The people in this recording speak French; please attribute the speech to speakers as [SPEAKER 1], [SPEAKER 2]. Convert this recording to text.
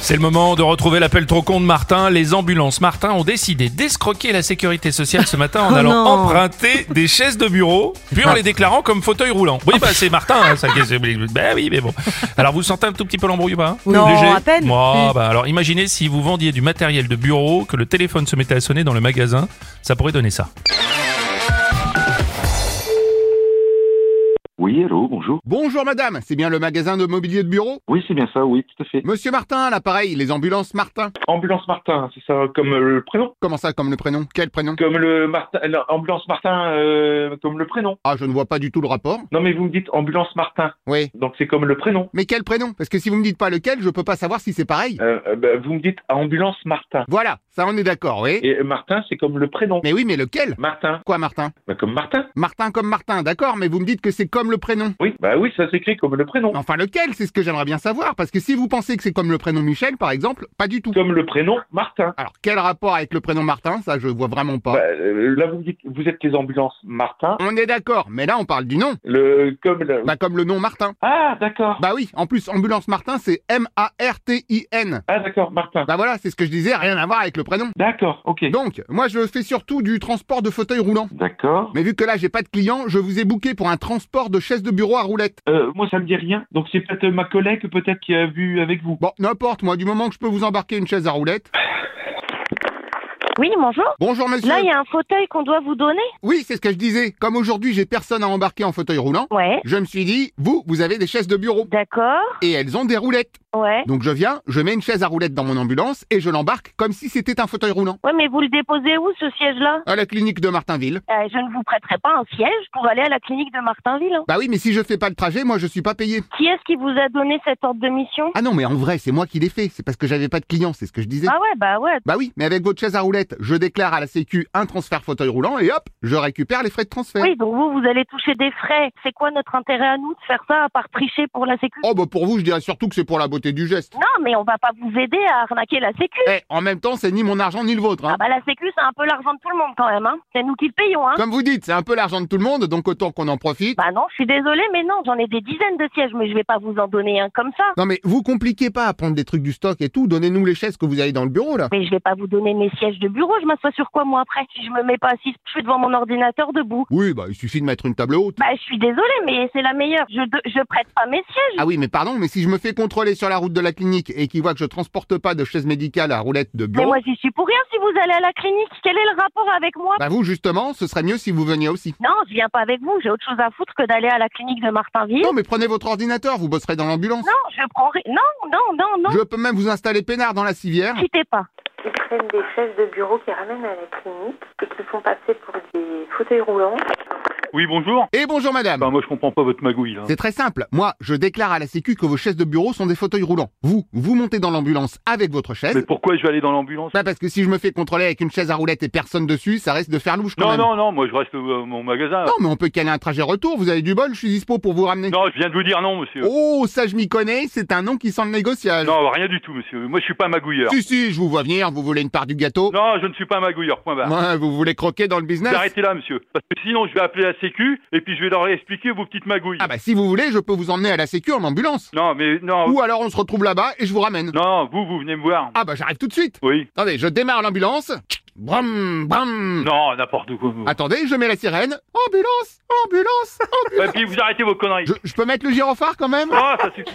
[SPEAKER 1] C'est le moment de retrouver l'appel trop con de Martin. Les ambulances Martin ont décidé d'escroquer la sécurité sociale ce matin en
[SPEAKER 2] Oh
[SPEAKER 1] allant emprunter des chaises de bureau, puis en les déclarant comme fauteuils roulants.
[SPEAKER 2] Ah.
[SPEAKER 1] Oui, bah c'est Martin, hein, ça. qu'est-ce que- Ben oui, mais bon. Alors vous sentez un tout petit peu l'embrouille ou pas
[SPEAKER 2] Non, à peine.
[SPEAKER 1] Moi, bah alors imaginez si vous vendiez du matériel de bureau, que le téléphone se mettait à sonner dans le magasin, ça pourrait donner ça.
[SPEAKER 3] Oui, allô, bonjour.
[SPEAKER 4] Bonjour madame, c'est bien le magasin de mobilier de bureau
[SPEAKER 3] Oui, c'est bien ça, oui, tout à fait.
[SPEAKER 4] Monsieur Martin, à l'appareil, les ambulances Martin.
[SPEAKER 3] Ambulance Martin, c'est ça, comme euh, le prénom
[SPEAKER 4] Comment ça, comme le prénom Quel prénom
[SPEAKER 3] Comme le Martin, euh, non, Ambulance Martin, euh, comme le prénom.
[SPEAKER 4] Ah, je ne vois pas du tout le rapport.
[SPEAKER 3] Non, mais vous me dites Ambulance Martin,
[SPEAKER 4] Oui.
[SPEAKER 3] donc c'est comme le prénom.
[SPEAKER 4] Mais quel prénom Parce que si vous me dites pas lequel, je peux pas savoir si c'est pareil.
[SPEAKER 3] Euh, euh, bah, vous me dites Ambulance Martin.
[SPEAKER 4] Voilà, ça on est d'accord, oui.
[SPEAKER 3] Et euh, Martin, c'est comme le prénom.
[SPEAKER 4] Mais oui, mais lequel
[SPEAKER 3] Martin,
[SPEAKER 4] Quoi Martin
[SPEAKER 3] bah, comme Martin.
[SPEAKER 4] Martin comme Martin, d'accord, mais vous me dites que c'est comme le prénom.
[SPEAKER 3] Oui, bah oui, ça s'écrit comme le prénom.
[SPEAKER 4] Enfin lequel, c'est ce que j'aimerais bien savoir, parce que si vous pensez que c'est comme le prénom Michel, par exemple, pas du tout.
[SPEAKER 3] Comme le prénom Martin.
[SPEAKER 4] Alors quel rapport avec le prénom Martin, ça je vois vraiment pas.
[SPEAKER 3] Bah, euh, là, vous me dites, vous êtes les ambulances Martin.
[SPEAKER 4] On est d'accord, mais là on parle du nom.
[SPEAKER 3] Le, comme le...
[SPEAKER 4] Bah comme le nom Martin.
[SPEAKER 3] Ah, d'accord.
[SPEAKER 4] Bah oui, en plus ambulance Martin c'est M-A-R-T-I-N.
[SPEAKER 3] Ah, d'accord, Martin.
[SPEAKER 4] Bah voilà, c'est ce que je disais, rien à voir avec le prénom.
[SPEAKER 3] D'accord, ok.
[SPEAKER 4] Donc, moi je fais surtout du transport de fauteuil roulant.
[SPEAKER 3] D'accord.
[SPEAKER 4] Mais vu que là j'ai pas de clients, je vous ai booké pour un transport de chaise de bureau à roulette.
[SPEAKER 3] Euh, moi, ça me dit rien. Donc, c'est peut-être euh, ma collègue, peut-être, qui a vu avec vous.
[SPEAKER 4] Bon, n'importe, moi du moment que je peux vous embarquer une chaise à roulette.
[SPEAKER 5] Oui, bonjour.
[SPEAKER 4] Bonjour monsieur.
[SPEAKER 5] Là, il y a un fauteuil qu'on doit vous donner.
[SPEAKER 4] Oui, c'est ce que je disais. Comme aujourd'hui, j'ai personne à embarquer en fauteuil roulant,
[SPEAKER 5] Ouais.
[SPEAKER 4] je me suis dit, vous, vous avez des chaises de bureau.
[SPEAKER 5] D'accord.
[SPEAKER 4] Et elles ont des roulettes.
[SPEAKER 5] Ouais.
[SPEAKER 4] Donc je viens, je mets une chaise à roulettes dans mon ambulance et je l'embarque comme si c'était un fauteuil roulant.
[SPEAKER 5] Ouais, mais vous le déposez où, ce siège-là
[SPEAKER 4] À la clinique de Martinville.
[SPEAKER 5] Euh, Je ne vous prêterai pas un siège pour aller à la clinique de Martinville. hein.
[SPEAKER 4] Bah oui, mais si je fais pas le trajet, moi je suis pas payé.
[SPEAKER 5] Qui est-ce qui vous a donné cet ordre de mission
[SPEAKER 4] Ah non, mais en vrai, c'est moi qui l'ai fait. C'est parce que j'avais pas de clients, c'est ce que je disais.
[SPEAKER 5] Ah ouais, bah ouais.
[SPEAKER 4] Bah oui, mais avec votre chaise à roulettes, je déclare à la Sécu un transfert fauteuil roulant et hop, je récupère les frais de transfert.
[SPEAKER 5] Oui, donc vous, vous allez toucher des frais. C'est quoi notre intérêt à nous de faire ça à part tricher pour la sécu
[SPEAKER 4] Oh bah pour vous, je dirais surtout que c'est pour la beauté du geste.
[SPEAKER 5] Non, mais on va pas vous aider à arnaquer la sécu.
[SPEAKER 4] Eh, en même temps, c'est ni mon argent ni le vôtre. Hein.
[SPEAKER 5] Ah bah la sécu, c'est un peu l'argent de tout le monde quand même. Hein. C'est nous qui le payons. Hein.
[SPEAKER 4] Comme vous dites, c'est un peu l'argent de tout le monde, donc autant qu'on en profite.
[SPEAKER 5] Bah non, je suis désolée, mais non, j'en ai des dizaines de sièges, mais je vais pas vous en donner un comme ça.
[SPEAKER 4] Non mais vous compliquez pas à prendre des trucs du stock et tout, donnez-nous les chaises que vous avez dans le bureau là.
[SPEAKER 5] Mais je vais pas vous donner mes sièges de bureau, je m'assois sur quoi moi après Si je me mets pas assise, je suis devant mon ordinateur debout.
[SPEAKER 4] Oui, bah il suffit de mettre une table haute.
[SPEAKER 5] Bah je suis désolée, mais c'est la meilleure. Je, de- je prête pas mes sièges.
[SPEAKER 4] Ah oui, mais pardon, mais si je me fais contrôler sur la route de la clinique et qu'ils voient que je transporte pas de chaise médicale à roulette de
[SPEAKER 5] Mais
[SPEAKER 4] bureau,
[SPEAKER 5] moi j'y suis pour rien si vous allez à la clinique. Quel est le rapport avec moi
[SPEAKER 4] bah vous justement, ce serait mieux si vous veniez aussi.
[SPEAKER 5] Non, je viens pas avec vous, j'ai autre chose à foutre que d'aller à la clinique de Martinville.
[SPEAKER 4] Non mais prenez votre ordinateur, vous bosserez dans l'ambulance.
[SPEAKER 5] Non, je prends... ri- Non, non, non, non,
[SPEAKER 4] Je peux même vous installer peinard dans la civière.
[SPEAKER 5] quittez pas.
[SPEAKER 6] Ils prennent des chaises de bureau qui ramènent à la clinique et qui font passer pour des fauteuils roulants.
[SPEAKER 3] Oui, bonjour.
[SPEAKER 4] Et bonjour madame.
[SPEAKER 3] Bah, moi, je comprends pas votre magouille, là.
[SPEAKER 4] C'est très simple. Moi, je déclare à la Sécu que vos chaises de bureau sont des fauteuils roulants. Vous, vous montez dans l'ambulance avec votre chaise.
[SPEAKER 3] Mais pourquoi je vais aller dans l'ambulance
[SPEAKER 4] Bah parce que si je me fais contrôler avec une chaise à roulette et personne dessus, ça reste de faire louche quand
[SPEAKER 3] Non,
[SPEAKER 4] même.
[SPEAKER 3] non, non, moi, je reste euh, à mon magasin.
[SPEAKER 4] Non, mais on peut caler un trajet retour, vous avez du bol, je suis dispo pour vous ramener.
[SPEAKER 3] Non, je viens de vous dire non, monsieur.
[SPEAKER 4] Oh, ça je m'y connais, c'est un nom qui sent le négociage.
[SPEAKER 3] Non, rien du tout, monsieur. Moi, je suis pas magouilleur.
[SPEAKER 4] Si, si, je vous vois venir, vous voulez une part du gâteau
[SPEAKER 3] Non, ben. je ne suis pas magouilleur, point barre.
[SPEAKER 4] Ouais, Vous voulez croquer dans le
[SPEAKER 3] Vous
[SPEAKER 4] business
[SPEAKER 3] Arrêtez là, monsieur. Parce que sinon, je vais appeler la sécu et puis je vais leur expliquer vos petites magouilles.
[SPEAKER 4] Ah bah si vous voulez, je peux vous emmener à la sécu en ambulance.
[SPEAKER 3] Non, mais non.
[SPEAKER 4] Ou alors on se retrouve là-bas et je vous ramène.
[SPEAKER 3] Non, vous, vous venez me voir.
[SPEAKER 4] Ah bah j'arrive tout de suite.
[SPEAKER 3] Oui.
[SPEAKER 4] Attendez, je démarre l'ambulance. Bram, bram.
[SPEAKER 3] Non, n'importe quoi. vous.
[SPEAKER 4] Attendez, je mets la sirène. Ambulance, ambulance, ambulance.
[SPEAKER 3] Et puis, vous arrêtez vos conneries.
[SPEAKER 4] Ah. Je, je peux mettre le gyrophare quand même
[SPEAKER 3] Ah, ça suffit.